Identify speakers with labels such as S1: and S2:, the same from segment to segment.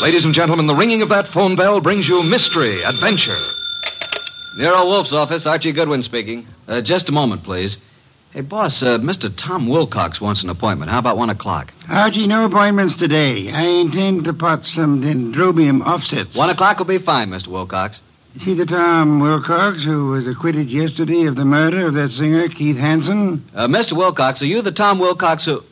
S1: Ladies and gentlemen, the ringing of that phone bell brings you mystery, adventure.
S2: Nero Wolf's office, Archie Goodwin speaking. Uh, just a moment, please. Hey, boss, uh, Mr. Tom Wilcox wants an appointment. How about one o'clock?
S3: Archie, no appointments today. I intend to pot some dendrobium offsets.
S2: One o'clock will be fine, Mr. Wilcox.
S3: See the Tom Wilcox who was acquitted yesterday of the murder of that singer, Keith Hansen?
S2: Uh, Mr. Wilcox, are you the Tom Wilcox who.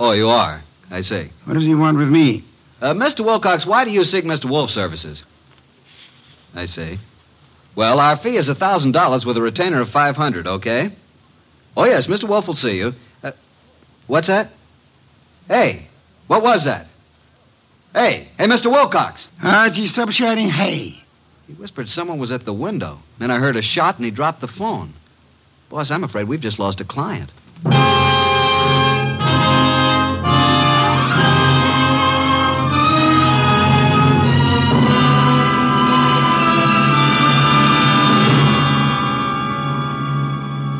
S2: Oh, you are. I see.
S3: What does he want with me?
S2: Uh, Mr. Wilcox, why do you seek Mr. Wolf's services? I see. Well, our fee is $1,000 with a retainer of 500 okay? Oh, yes, Mr. Wolf will see you. Uh, what's that? Hey, what was that? Hey, hey, Mr. Wilcox!
S3: Archie, stop shouting, hey.
S2: He whispered someone was at the window. Then I heard a shot and he dropped the phone. Boss, I'm afraid we've just lost a client.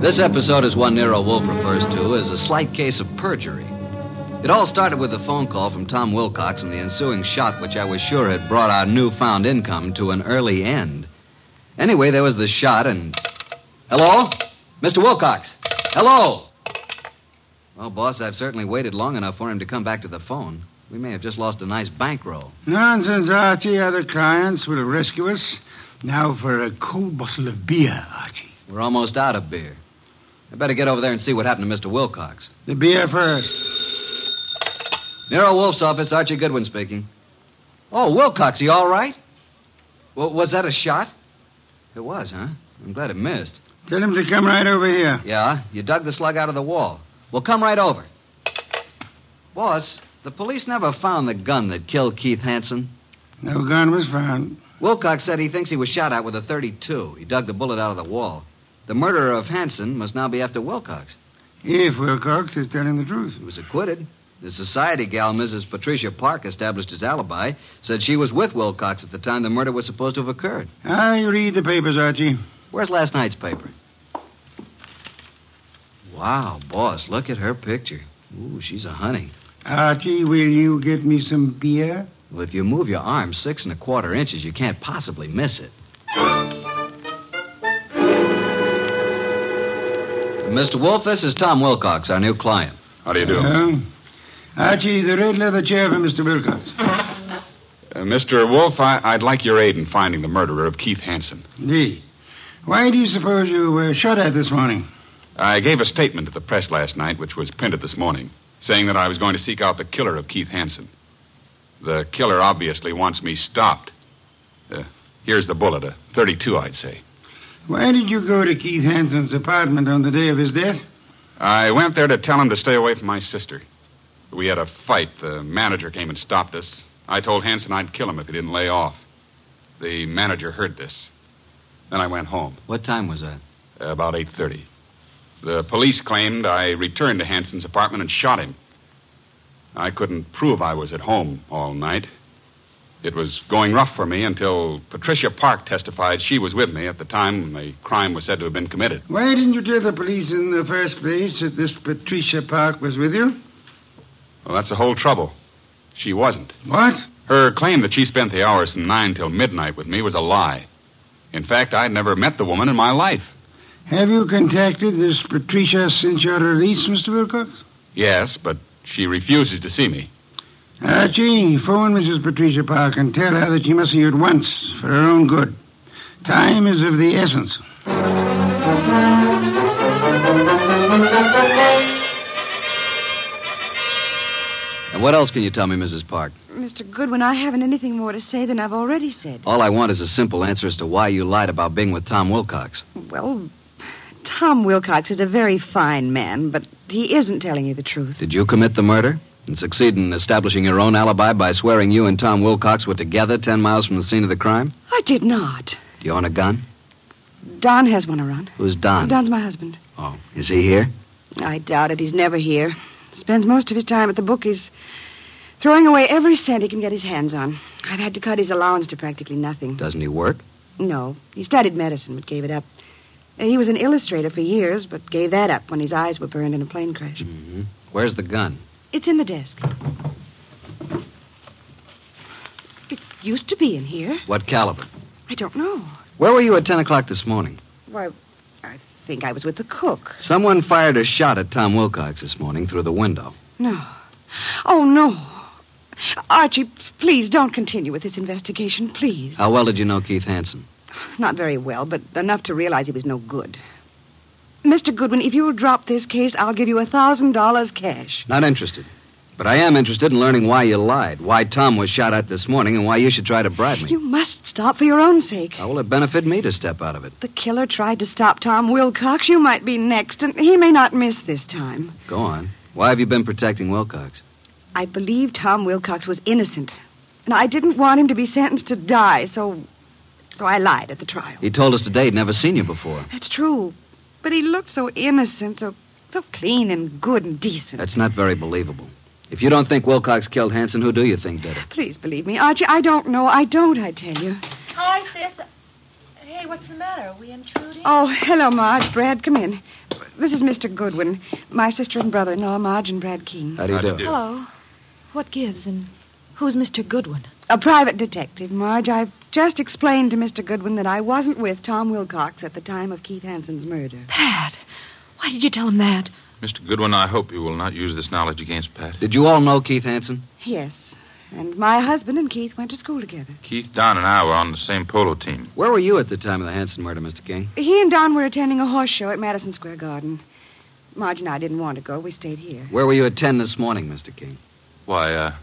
S2: This episode is one Nero Wolf refers to as a slight case of perjury. It all started with a phone call from Tom Wilcox and the ensuing shot, which I was sure had brought our newfound income to an early end. Anyway, there was the shot, and. Hello? Mr. Wilcox! Hello! Well, boss, I've certainly waited long enough for him to come back to the phone. We may have just lost a nice bankroll.
S3: Nonsense, Archie. Other clients will rescue us. Now for a cold bottle of beer, Archie.
S2: We're almost out of beer. I better get over there and see what happened to Mr. Wilcox.
S3: The beer first.
S2: Nero Wolf's office, Archie Goodwin speaking. Oh, Wilcox, you all right? Well, was that a shot? It was, huh? I'm glad it missed.
S3: Tell him to come right over here.
S2: Yeah, you dug the slug out of the wall. Well, come right over. Boss, the police never found the gun that killed Keith Hansen.
S3: No gun was found.
S2: Wilcox said he thinks he was shot at with a 32. He dug the bullet out of the wall. The murderer of Hansen must now be after Wilcox.
S3: If Wilcox is telling the truth.
S2: He was acquitted. The society gal, Mrs. Patricia Park, established his alibi, said she was with Wilcox at the time the murder was supposed to have occurred.
S3: I read the papers, Archie.
S2: Where's last night's paper? Wow, boss, look at her picture. Ooh, she's a honey.
S3: Archie, will you get me some beer?
S2: Well, if you move your arm six and a quarter inches, you can't possibly miss it. Mr. Wolf, this is Tom Wilcox, our new client.
S4: How do you do?
S3: Huh? Archie, the red leather chair for Mr. Wilcox.
S4: Uh, Mr. Wolf, I, I'd like your aid in finding the murderer of Keith Hansen.
S3: Indeed. Why do you suppose you were shot at this morning?
S4: I gave a statement to the press last night, which was printed this morning, saying that I was going to seek out the killer of Keith Hansen. The killer obviously wants me stopped. Uh, here's the bullet, a 32, I'd say.
S3: Why did you go to Keith Hansen's apartment on the day of his death?
S4: I went there to tell him to stay away from my sister. We had a fight. The manager came and stopped us. I told Hanson I'd kill him if he didn't lay off. The manager heard this. Then I went home,
S2: What time was that?
S4: about 8.30. The police claimed I returned to Hanson's apartment and shot him. I couldn't prove I was at home all night. It was going rough for me until Patricia Park testified she was with me at the time when the crime was said to have been committed.
S3: Why didn't you tell the police in the first place that this Patricia Park was with you?
S4: Well, that's the whole trouble. She wasn't.
S3: What?
S4: Her claim that she spent the hours from 9 till midnight with me was a lie. In fact, I'd never met the woman in my life.
S3: Have you contacted this Patricia since your release, Mr. Wilcox?
S4: Yes, but she refuses to see me.
S3: Archie, phone Mrs. Patricia Park and tell her that she must see you at once for her own good. Time is of the essence.
S2: And what else can you tell me, Mrs. Park?
S5: Mr. Goodwin, I haven't anything more to say than I've already said.
S2: All I want is a simple answer as to why you lied about being with Tom Wilcox.
S5: Well, Tom Wilcox is a very fine man, but he isn't telling you the truth.
S2: Did you commit the murder? and succeed in establishing your own alibi by swearing you and Tom Wilcox were together 10 miles from the scene of the crime?
S5: I did not.
S2: Do you own a gun?
S5: Don has one around.
S2: Who's Don?
S5: Don's my husband.
S2: Oh, is he here?
S5: I doubt it. He's never here. Spends most of his time at the bookies, throwing away every cent he can get his hands on. I've had to cut his allowance to practically nothing.
S2: Doesn't he work?
S5: No, he studied medicine but gave it up. He was an illustrator for years, but gave that up when his eyes were burned in a plane crash.
S2: Mm-hmm. Where's the gun?
S5: It's in the desk. It used to be in here.
S2: What caliber?
S5: I don't know.
S2: Where were you at 10 o'clock this morning?
S5: Why, I think I was with the cook.
S2: Someone fired a shot at Tom Wilcox this morning through the window.
S5: No. Oh, no. Archie, please don't continue with this investigation, please.
S2: How well did you know Keith Hanson?
S5: Uh, Not very well, but enough to realize he was no good. Mr. Goodwin, if you'll drop this case, I'll give you a thousand dollars cash.
S2: Not interested. But I am interested in learning why you lied, why Tom was shot at this morning, and why you should try to bribe me.
S5: You must stop for your own sake.
S2: How will it benefit me to step out of it?
S5: The killer tried to stop Tom Wilcox. You might be next, and he may not miss this time.
S2: Go on. Why have you been protecting Wilcox?
S5: I believe Tom Wilcox was innocent. And I didn't want him to be sentenced to die, so so I lied at the trial.
S2: He told us today he'd never seen you before.
S5: That's true. But he looked so innocent, so so clean and good and decent.
S2: That's not very believable. If you don't think Wilcox killed Hanson, who do you think did it?
S5: Please believe me, Archie. I don't know. I don't, I tell you.
S6: Hi, sis. Hey, what's the matter? Are we intruding?
S5: Oh, hello, Marge. Brad, come in. This is Mr. Goodwin, my sister and brother in law, Marge and Brad King.
S2: How do you
S4: How do
S2: do?
S4: you do?
S6: Hello. What gives and who's Mr. Goodwin?
S5: A private detective, Marge. I've just explained to Mr. Goodwin that I wasn't with Tom Wilcox at the time of Keith Hanson's murder.
S6: Pat. Why did you tell him that?
S7: Mr. Goodwin, I hope you will not use this knowledge against Pat.
S2: Did you all know Keith Hanson?
S5: Yes. And my husband and Keith went to school together.
S7: Keith, Don, and I were on the same polo team.
S2: Where were you at the time of the Hanson murder, Mr. King?
S5: He and Don were attending a horse show at Madison Square Garden. Marge and I didn't want to go. We stayed here.
S2: Where were you at 10 this morning, Mr. King?
S7: Why, uh,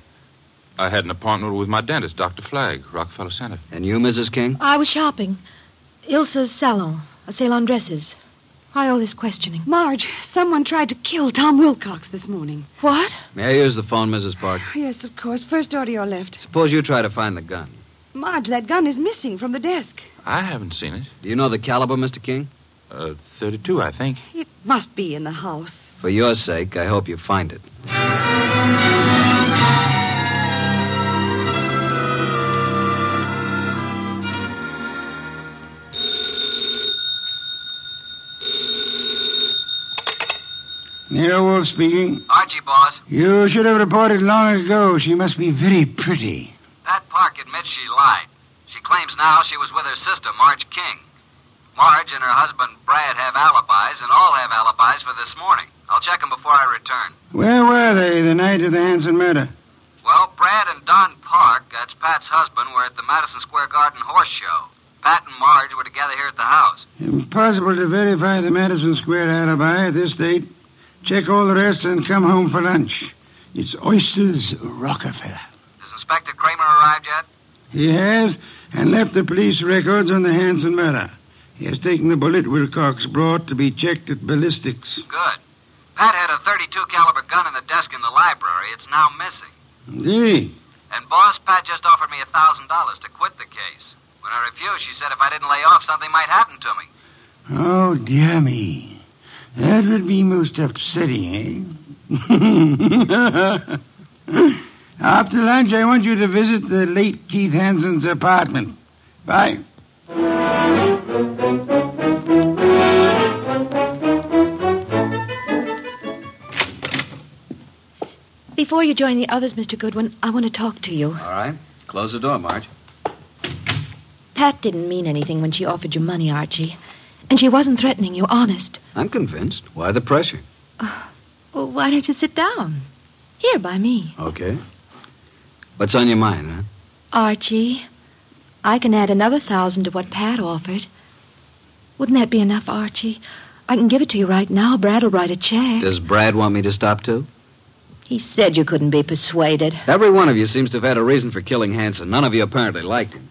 S7: I had an appointment with my dentist, Dr. Flagg, Rockefeller Center.
S2: And you, Mrs. King?
S6: I was shopping. Ilsa's salon, a sale on dresses. Why all this questioning?
S5: Marge, someone tried to kill Tom Wilcox this morning.
S6: What?
S2: May I use the phone, Mrs. Park?
S5: Yes, of course. First order your left.
S2: Suppose you try to find the gun.
S5: Marge, that gun is missing from the desk.
S7: I haven't seen it.
S2: Do you know the caliber, Mr. King?
S7: Uh, 32, I think.
S5: It must be in the house.
S2: For your sake, I hope you find it.
S3: Nero Wolf speaking.
S2: Archie, boss.
S3: You should have reported long ago. She must be very pretty.
S2: Pat Park admits she lied. She claims now she was with her sister, Marge King. Marge and her husband, Brad, have alibis, and all have alibis for this morning. I'll check them before I return.
S3: Where were they the night of the Hanson murder?
S2: Well, Brad and Don Park, that's Pat's husband, were at the Madison Square Garden horse show. Pat and Marge were together here at the house.
S3: Impossible to verify the Madison Square alibi at this date. Check all the rest and come home for lunch. It's Oysters Rockefeller.
S2: Has Inspector Kramer arrived yet?
S3: He has, and left the police records on the Hanson murder. He has taken the bullet Wilcox brought to be checked at ballistics.
S2: Good. Pat had a 32 caliber gun in the desk in the library. It's now missing.
S3: Indeed.
S2: And boss, Pat just offered me a $1,000 to quit the case. When I refused, she said if I didn't lay off, something might happen to me.
S3: Oh, dear me. That would be most upsetting, eh? After lunch, I want you to visit the late Keith Hanson's apartment. Bye.
S6: Before you join the others, Mr. Goodwin, I want to talk to you.
S2: All right. Close the door, Marge.
S6: Pat didn't mean anything when she offered you money, Archie. And she wasn't threatening you, honest. Uh,
S2: I'm convinced. Why the pressure?
S6: Well, why don't you sit down? Here by me.
S2: Okay. What's on your mind, huh?
S6: Archie, I can add another thousand to what Pat offered. Wouldn't that be enough, Archie? I can give it to you right now. Brad'll write a check.
S2: Does Brad want me to stop too?
S6: He said you couldn't be persuaded.
S2: Every one of you seems to have had a reason for killing Hanson. None of you apparently liked him.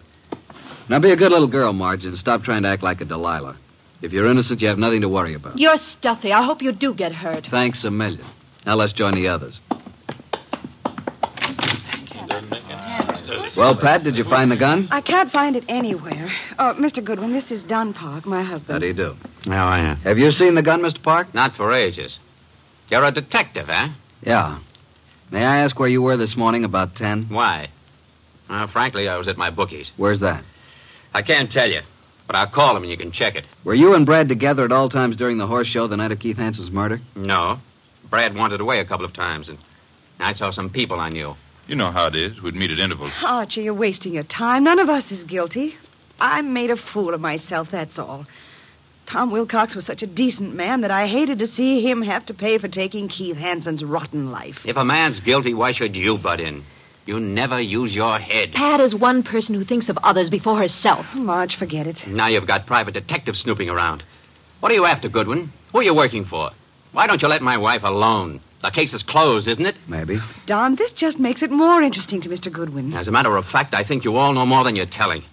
S2: Now be a good little girl, Marge, and stop trying to act like a Delilah. If you're innocent, you have nothing to worry about.
S6: You're stuffy. I hope you do get hurt.
S2: Thanks a million. Now let's join the others.
S8: Well, Pat, did you find the gun?
S5: I can't find it anywhere. Oh, Mr. Goodwin, this is Dunn Park, my
S8: How
S5: husband.
S8: do you do?
S2: How are you?
S8: Have you seen the gun, Mr. Park?
S2: Not for ages. You're a detective, eh?
S8: Yeah. May I ask where you were this morning about 10?
S2: Why? Well, frankly, I was at my bookie's.
S8: Where's that?
S2: I can't tell you, but I'll call him and you can check it.
S8: Were you and Brad together at all times during the horse show the night of Keith Hansen's murder?
S2: No. Brad wandered away a couple of times, and I saw some people I knew.
S4: You know how it is. We'd meet at intervals.
S5: Archie, you're wasting your time. None of us is guilty. I made a fool of myself, that's all. Tom Wilcox was such a decent man that I hated to see him have to pay for taking Keith Hansen's rotten life.
S2: If a man's guilty, why should you butt in? You never use your head.
S9: Pat is one person who thinks of others before herself.
S5: Marge, forget it.
S2: Now you've got private detectives snooping around. What are you after, Goodwin? Who are you working for? Why don't you let my wife alone? The case is closed, isn't it?
S8: Maybe.
S5: Don, this just makes it more interesting to Mr. Goodwin.
S2: As a matter of fact, I think you all know more than you're telling.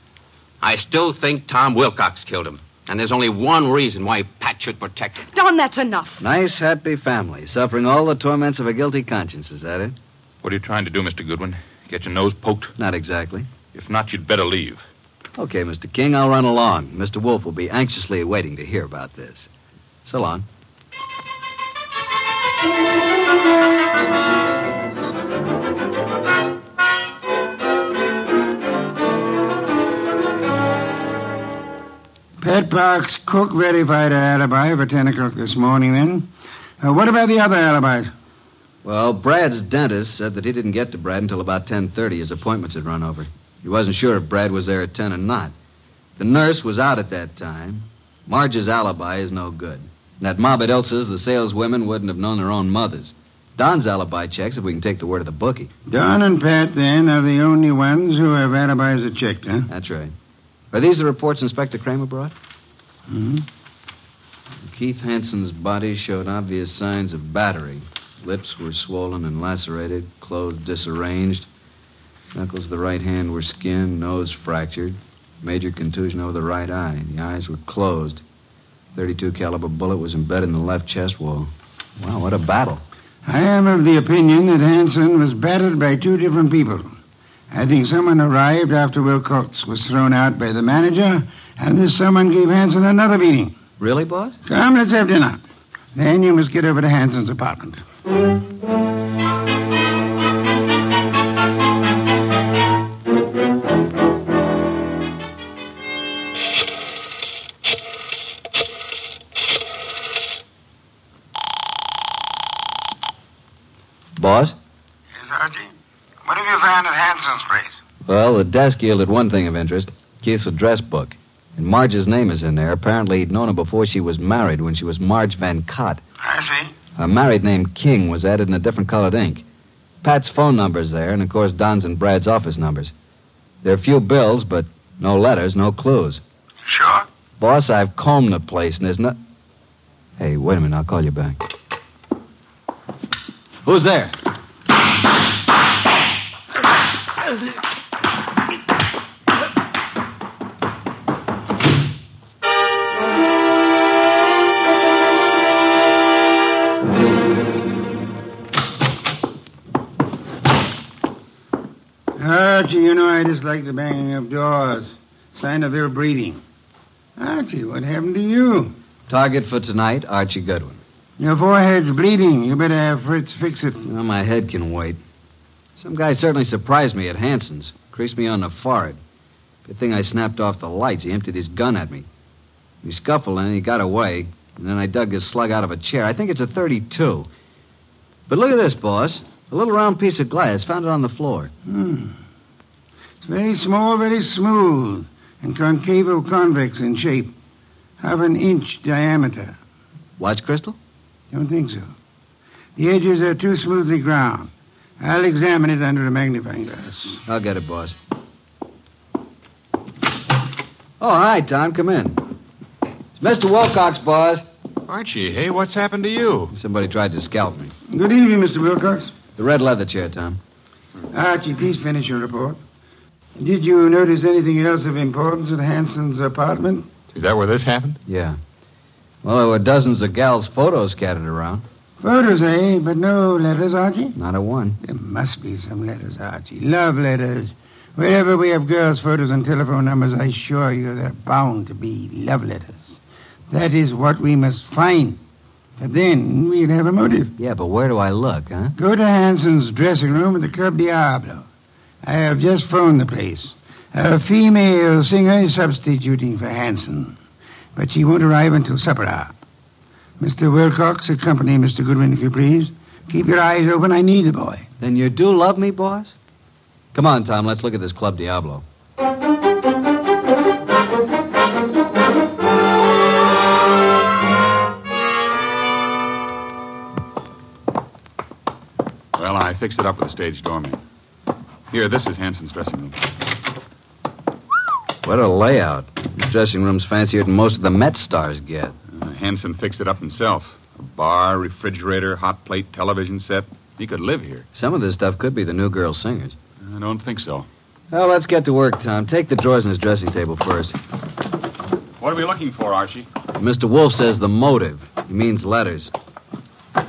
S2: I still think Tom Wilcox killed him. And there's only one reason why Pat should protect him.
S5: Don, that's enough.
S8: Nice, happy family, suffering all the torments of a guilty conscience, is that it?
S4: What are you trying to do, Mr. Goodwin? Get your nose poked?
S8: Not exactly.
S4: If not, you'd better leave.
S8: Okay, Mr. King, I'll run along. Mr. Wolf will be anxiously waiting to hear about this. So long.
S3: Pat Park's cook verified her alibi for 10 o'clock this morning, then. Uh, what about the other alibis?
S8: Well, Brad's dentist said that he didn't get to Brad until about 10:30. His appointments had run over. He wasn't sure if Brad was there at 10 or not. The nurse was out at that time. Marge's alibi is no good. And at Mob at Elsa's, the saleswomen wouldn't have known their own mothers. Don's alibi checks if we can take the word of the bookie.
S3: Don and Pat, then, are the only ones who have alibis that checked, huh?
S8: That's right. Are these the reports Inspector Kramer brought?
S3: hmm
S8: Keith Hansen's body showed obvious signs of battery. Lips were swollen and lacerated, clothes disarranged. Knuckles of the right hand were skinned, nose fractured, major contusion over the right eye. The eyes were closed. 32 caliber bullet was embedded in the left chest wall. Wow, what a battle.
S3: I am of the opinion that Hanson was battered by two different people. I think someone arrived after Wilcox was thrown out by the manager, and this someone gave Hanson another beating.
S8: Really, boss?
S3: Come, let's have dinner. Then you must get over to Hanson's apartment.
S8: Boss?
S3: Yes, Archie? What have you found at Hanson's place?
S8: Well, the desk yielded one thing of interest Keith's address book. And Marge's name is in there. Apparently, he'd known her before she was married when she was Marge Van Cott.
S3: I see.
S8: A married name King was added in a different colored ink. Pat's phone number's there, and of course Don's and Brad's office numbers. There are few bills, but no letters, no clues.
S3: Sure.
S8: Boss, I've combed the place, and there's no. Hey, wait a minute, I'll call you back. Who's there?
S3: Archie, you know I dislike the banging of doors. Sign of ill breeding. Archie, what happened to you?
S8: Target for tonight, Archie Goodwin.
S3: Your forehead's bleeding. You better have Fritz fix it.
S8: Well, my head can wait. Some guy certainly surprised me at Hanson's. Creased me on the forehead. Good thing I snapped off the lights. He emptied his gun at me. We scuffled and he got away. And then I dug his slug out of a chair. I think it's a 32. But look at this, boss. A little round piece of glass. Found it on the floor.
S3: Hmm. It's very small, very smooth, and concavo convex in shape. Half an inch diameter.
S8: Watch crystal?
S3: Don't think so. The edges are too smoothly ground. I'll examine it under a magnifying glass.
S8: I'll get it, boss. Oh, hi, Tom. Come in. It's Mr. Wilcox, boss.
S4: Archie, hey, what's happened to you?
S8: Somebody tried to scalp me.
S3: Good evening, Mr. Wilcox.
S8: The red leather chair, Tom.
S3: Archie, please finish your report. Did you notice anything else of importance at Hanson's apartment?
S4: Is that where this happened?
S8: Yeah. Well, there were dozens of gals' photos scattered around.
S3: Photos, eh? But no letters, Archie?
S8: Not a one.
S3: There must be some letters, Archie. Love letters. Wherever we have girls' photos and telephone numbers, I assure you there are bound to be love letters. That is what we must find. But then we'd have a motive.
S8: Yeah, but where do I look, huh?
S3: Go to Hanson's dressing room at the Club Diablo. I have just phoned the place. A female singer is substituting for Hanson, but she won't arrive until supper hour. Mr. Wilcox, accompany Mr. Goodwin, if you please. Keep your eyes open. I need the boy.
S8: Then you do love me, boss? Come on, Tom, let's look at this Club Diablo.
S4: Well, I fixed it up with a stage doorman. Here, this is Hanson's dressing room.
S8: What a layout. This dressing room's fancier than most of the Met stars get.
S4: Uh, Hanson fixed it up himself. A bar, refrigerator, hot plate, television set. He could live here.
S8: Some of this stuff could be the new girl singers.
S4: I don't think so.
S8: Well, let's get to work, Tom. Take the drawers in his dressing table first.
S4: What are we looking for, Archie?
S8: Mr. Wolf says the motive. He means letters.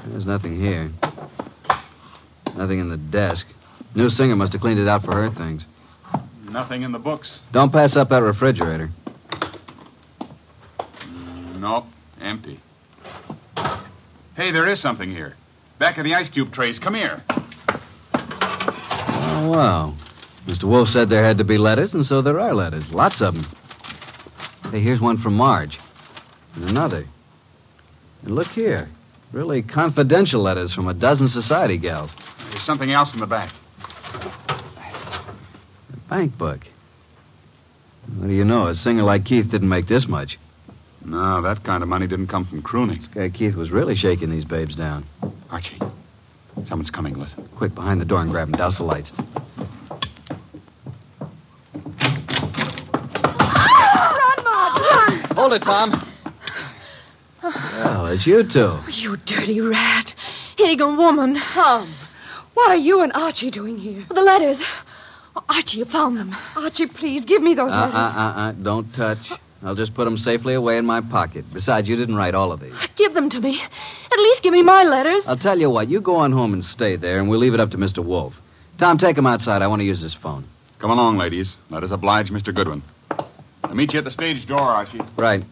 S8: There's nothing here. Nothing in the desk. New singer must have cleaned it out for her things.
S4: Nothing in the books.
S8: Don't pass up that refrigerator.
S4: Nope, empty. Hey, there is something here. Back of the ice cube trays. Come here.
S8: Oh, wow. Mr. Wolf said there had to be letters, and so there are letters. Lots of them. Hey, here's one from Marge. And another. And look here. Really confidential letters from a dozen society gals.
S4: There's something else in the back.
S8: A bank book. What do you know? A singer like Keith didn't make this much.
S4: No, that kind of money didn't come from crooning.
S8: This guy Keith was really shaking these babes down.
S4: Archie, someone's coming. Listen.
S8: Quick, behind the door and grab him. Douse the lights.
S10: Run, Marge, run!
S8: Hold it, Tom. Well, it's you two.
S5: You dirty rat. Eagle woman.
S10: Tom, what are you and Archie doing here?
S5: The letters. Oh, Archie, you found them.
S10: Archie, please, give me
S8: Uh,
S10: those
S2: Uh-huh.
S8: uh,
S10: letters.
S8: uh, uh, don't touch. I'll just put them safely away in my pocket. Besides, you didn't write all of these.
S5: Give them to me. At least give me my letters.
S2: Uh-huh.
S8: I'll tell you what. You go on home and stay there, and we'll leave it up to Mr. Wolf. Tom, take him outside. I want to use his phone.
S4: Come along, ladies. Let us oblige Mr. Goodwin. I'll meet you at the stage door, Archie.
S8: Right.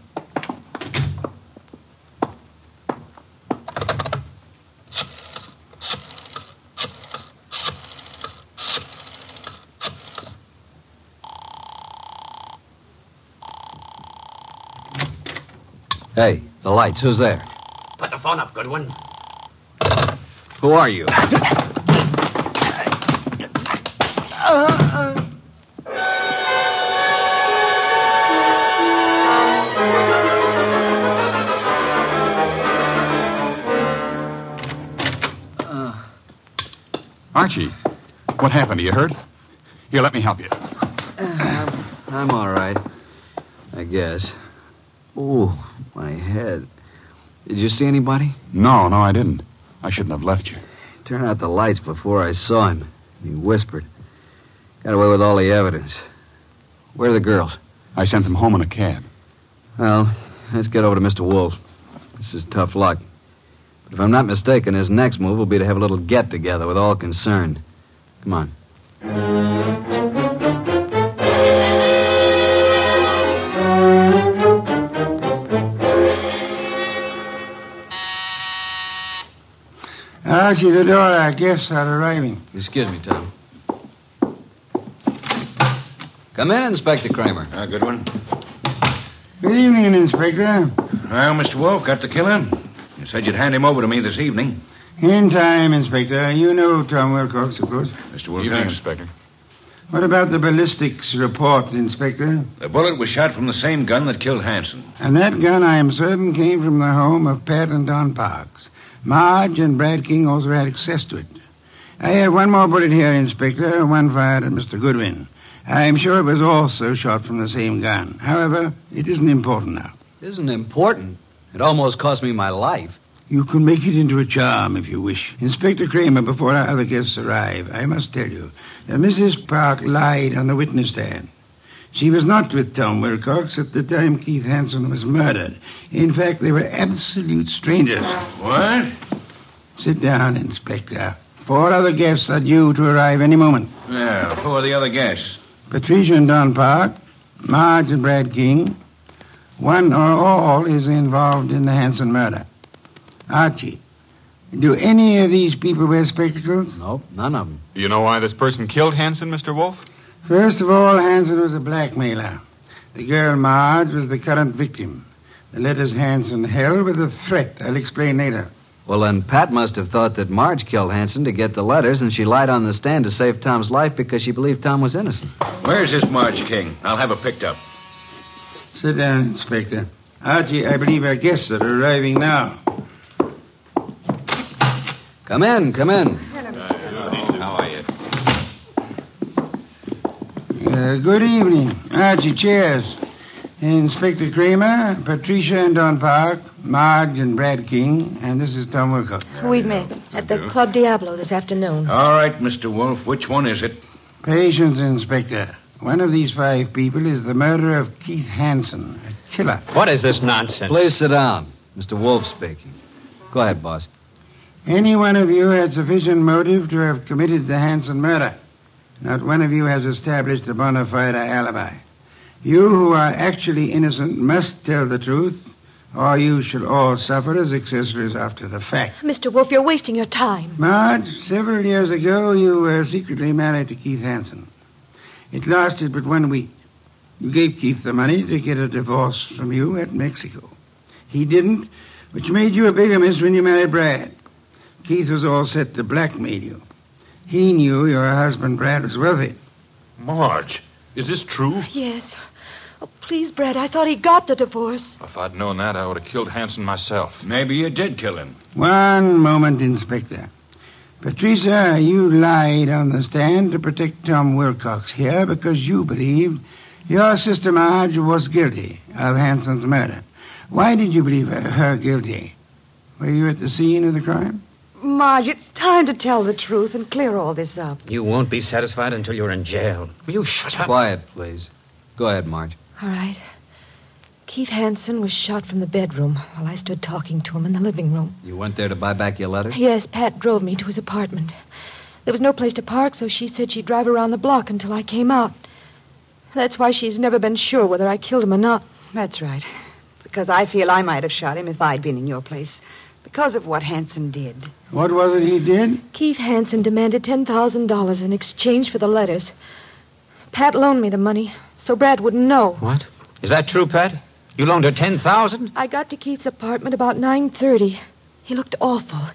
S8: Hey, the lights. Who's there?
S2: Put the phone up, Goodwin.
S8: Who are you?
S4: Archie, what happened? Are you hurt? Here, let me help you.
S8: I'm all right. I guess. Ooh, my head. Did you see anybody?
S4: No, no, I didn't. I shouldn't have left you.
S8: Turn out the lights before I saw him. He whispered. Got away with all the evidence. Where are the girls?
S4: I sent them home in a cab.
S8: Well, let's get over to Mr. Wolf. This is tough luck. But if I'm not mistaken, his next move will be to have a little get together with all concerned. Come on.
S3: Archie, the door, I guess, are arriving.
S8: Excuse me, Tom. Come in, Inspector Kramer.
S11: Ah, good one.
S3: Good evening, Inspector.
S11: Well, Mr. Wolf, got the killer? You said you'd hand him over to me this evening.
S3: In time, Inspector. You know Tom Wilcox, of course.
S11: Mr. Wolf,
S4: Evening,
S11: thanks.
S4: Inspector.
S3: What about the ballistics report, Inspector?
S11: The bullet was shot from the same gun that killed Hanson.
S3: And that gun, I am certain, came from the home of Pat and Don Parks. Marge and Brad King also had access to it. I have one more bullet here, Inspector, one fired at Mr. Goodwin. I am sure it was also shot from the same gun. However, it isn't important now.
S8: This isn't important. It almost cost me my life.
S3: You can make it into a charm if you wish. Inspector Kramer, before our other guests arrive, I must tell you that Mrs. Park lied on the witness stand. She was not with Tom Wilcox at the time Keith Hanson was murdered. In fact, they were absolute strangers.
S11: What?
S3: Sit down, Inspector. Four other guests are due to arrive any moment.
S12: Yeah, who are the other guests?
S3: Patricia and Don Park, Marge and Brad King. One or all is involved in the Hanson murder. Archie, do any of these people wear spectacles?
S2: Nope, none of them.
S4: Do you know why this person killed Hanson, Mr. Wolf?
S3: First of all, Hanson was a blackmailer. The girl Marge was the current victim. The letters Hanson held were the threat. I'll explain later.
S2: Well, then Pat must have thought that Marge killed Hanson to get the letters, and she lied on the stand to save Tom's life because she believed Tom was innocent.
S12: Where's this Marge King? I'll have her picked up.
S3: Sit down, Inspector. Archie, I believe our guests are arriving now.
S2: Come in, come in.
S4: How are you?
S3: Uh, good evening. Archie, cheers. Inspector Kramer, Patricia and Don Park, Marge and Brad King, and this is Tom Wilcox.
S6: We met at the Club Diablo this afternoon.
S12: All right, Mr. Wolf, which one is it?
S3: Patience, Inspector. One of these five people is the murderer of Keith Hansen, a killer.
S8: What is this nonsense?
S2: Please sit down. Mr. Wolf speaking. Go ahead, boss.
S3: Any one of you had sufficient motive to have committed the Hanson murder. Not one of you has established a bona fide alibi. You who are actually innocent must tell the truth, or you shall all suffer as accessories after the fact.
S6: Mr. Wolf, you're wasting your time.
S3: Marge, several years ago you were secretly married to Keith Hansen. It lasted but one week. You gave Keith the money to get a divorce from you at Mexico. He didn't, which made you a bigamist when you married Brad. Keith was all set to blackmail you. He knew your husband, Brad, was wealthy.
S12: Marge, is this true?
S6: Yes. Oh, please, Brad, I thought he got the divorce.
S7: If I'd known that, I would have killed Hanson myself.
S12: Maybe you did kill him.
S3: One moment, Inspector. Patricia, you lied on the stand to protect Tom Wilcox here because you believed your sister Marge was guilty of Hanson's murder. Why did you believe her, her guilty? Were you at the scene of the crime?
S5: Marge, it's time to tell the truth and clear all this up.
S8: You won't be satisfied until you're in jail. Will you shut up?
S2: Quiet, please. Go ahead, Marge.
S6: All right. Keith Hansen was shot from the bedroom while I stood talking to him in the living room.
S2: You went there to buy back your letters?
S6: Yes, Pat drove me to his apartment. There was no place to park, so she said she'd drive around the block until I came out. That's why she's never been sure whether I killed him or not.
S5: That's right. Because I feel I might have shot him if I'd been in your place. Because of what Hanson did.
S3: What was it he did?
S6: Keith Hansen demanded $10,000 in exchange for the letters. Pat loaned me the money so Brad wouldn't know.
S8: What? Is that true, Pat? You loaned her ten thousand?
S6: I got to Keith's apartment about 9:30. He looked awful.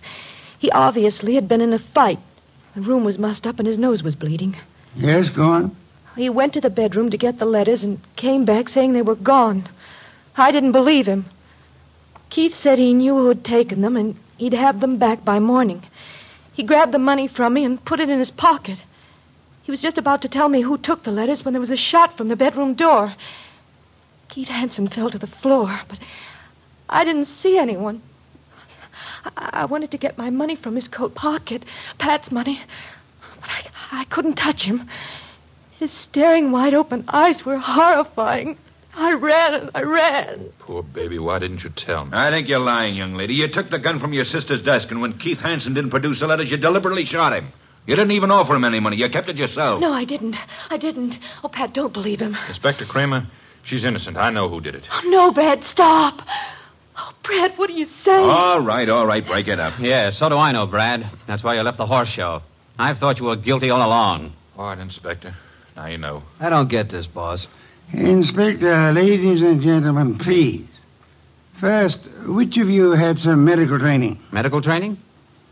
S6: He obviously had been in a fight. The room was mussed up and his nose was bleeding.
S3: Yes, go on.
S6: He went to the bedroom to get the letters and came back saying they were gone. I didn't believe him. Keith said he knew who had taken them and he'd have them back by morning. He grabbed the money from me and put it in his pocket. He was just about to tell me who took the letters when there was a shot from the bedroom door. Keith Hansen fell to the floor, but I didn't see anyone. I, I wanted to get my money from his coat pocket, Pat's money, but I, I couldn't touch him. His staring, wide open eyes were horrifying. I ran and I ran.
S7: Poor baby, why didn't you tell me?
S12: I think you're lying, young lady. You took the gun from your sister's desk, and when Keith Hansen didn't produce the letters, you deliberately shot him. You didn't even offer him any money. You kept it yourself.
S6: No, I didn't. I didn't. Oh, Pat, don't believe him.
S7: Inspector Kramer, she's innocent. I know who did it.
S6: Oh, no, Brad, stop. Oh, Brad, what are you saying?
S12: All right, all right, break it up.
S8: Yeah, so do I know, Brad. That's why you left the horse show. I've thought you were guilty all along.
S7: All right, Inspector. Now you know.
S2: I don't get this, boss.
S3: Inspector, ladies and gentlemen, please. First, which of you had some medical training?
S8: Medical training?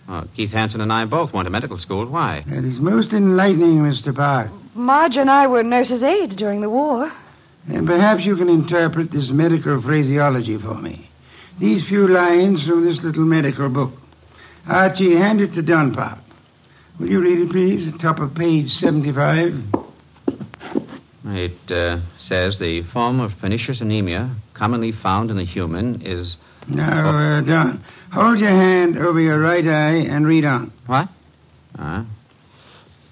S8: Oh, Keith Hansen and I both went to medical school. Why?
S3: That is most enlightening, Mr. Park.
S5: Marge and I were nurses' aides during the war.
S3: And perhaps you can interpret this medical phraseology for me. These few lines from this little medical book. Archie, hand it to Dunpop. Will you read it, please? Top of page 75.
S8: It uh, says the form of pernicious anemia commonly found in the human is.
S3: Now, uh, Don, hold your hand over your right eye and read on.
S8: Uh,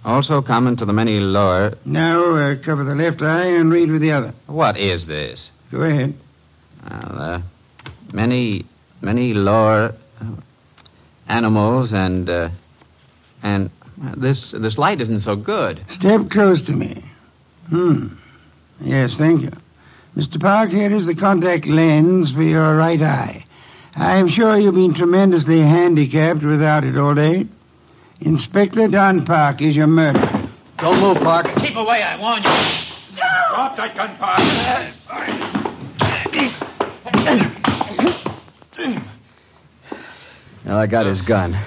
S8: also common to the many lower.
S3: Now, uh, cover the left eye and read with the other.
S8: What is this?
S3: Go ahead.
S8: Uh, the many, many lower. animals and uh, and uh, this this light isn't so good.
S3: Step close to me. Hmm. Yes, thank you. Mr. Park, here is the contact lens for your right eye. I'm sure you've been tremendously handicapped without it all day. Inspector Don Park is your murderer.
S2: Don't move, Park.
S13: Keep away, I warn you. Drop that gun, Park.
S2: Well, I got his gun.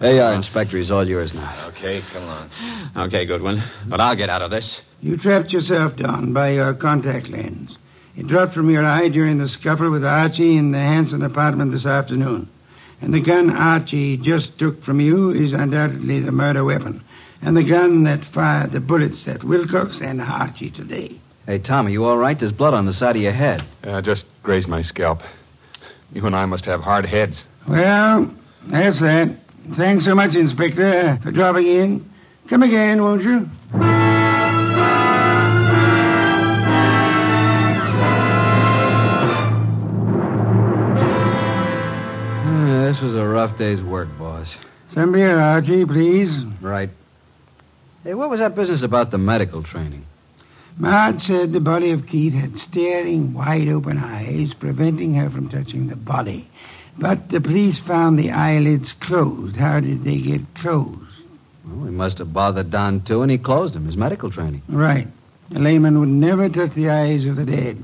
S2: There you are, Inspector. He's all yours now.
S8: Okay, come on. Okay, Goodwin. But I'll get out of this.
S3: You trapped yourself, Don, by your contact lens. It dropped from your eye during the scuffle with Archie in the Hanson apartment this afternoon. And the gun Archie just took from you is undoubtedly the murder weapon. And the gun that fired the bullets at Wilcox and Archie today.
S2: Hey, Tommy, you all right? There's blood on the side of your head.
S4: Uh, just grazed my scalp. You and I must have hard heads.
S3: Well, that's that. Thanks so much, Inspector, for dropping in. Come again, won't you?
S2: Uh, this was a rough day's work, boss.
S3: Some beer, Archie, please.
S2: Right. Hey, what was that business about the medical training?
S3: Maud said the body of Keith had staring, wide open eyes, preventing her from touching the body. But the police found the eyelids closed. How did they get closed?
S2: Well, he must have bothered Don, too, and he closed him, his medical training.
S3: Right. A layman would never touch the eyes of the dead.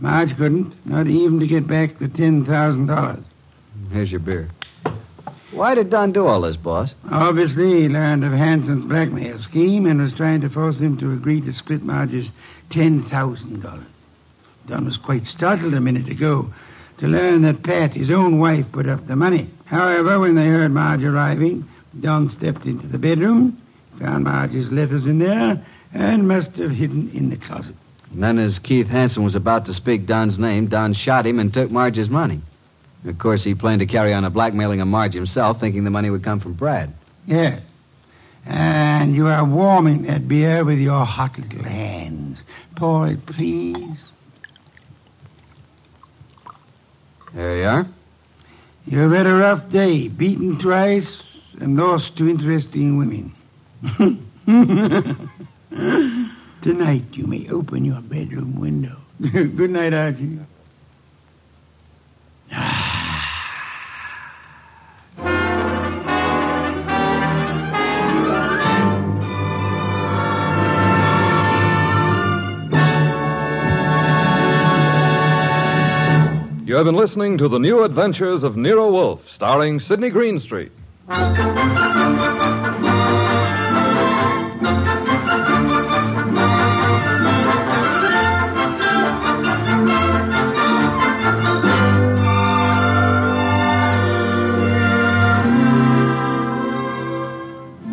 S3: Marge couldn't, not even to get back the $10,000.
S2: Here's your beer. Why did Don do all this, boss?
S3: Obviously, he learned of Hanson's blackmail scheme and was trying to force him to agree to split Marge's $10,000. Don was quite startled a minute ago to learn that Pat, his own wife, put up the money. However, when they heard Marge arriving, Don stepped into the bedroom, found Marge's letters in there, and must have hidden in the closet.
S2: And then, as Keith Hanson was about to speak Don's name, Don shot him and took Marge's money. Of course, he planned to carry on a blackmailing of Marge himself, thinking the money would come from Brad.
S3: Yes. And you are warming that beer with your hot little hands. Pour it, please.
S2: There you are.
S3: You've had a rough day, beaten twice, and lost to interesting women. Tonight you may open your bedroom window. Good night, Archie.
S1: You have been listening to The New Adventures of Nero Wolf, starring Sidney Greenstreet.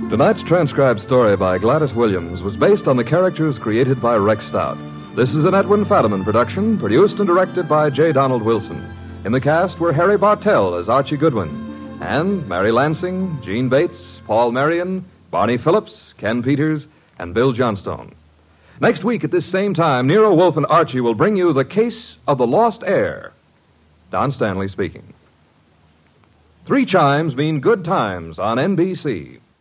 S1: Tonight's transcribed story by Gladys Williams was based on the characters created by Rex Stout. This is an Edwin Fadiman production, produced and directed by J. Donald Wilson. In the cast were Harry Bartell as Archie Goodwin, and Mary Lansing, Gene Bates, Paul Marion, Barney Phillips, Ken Peters, and Bill Johnstone. Next week at this same time, Nero Wolf and Archie will bring you The Case of the Lost Heir. Don Stanley speaking. Three chimes mean good times on NBC.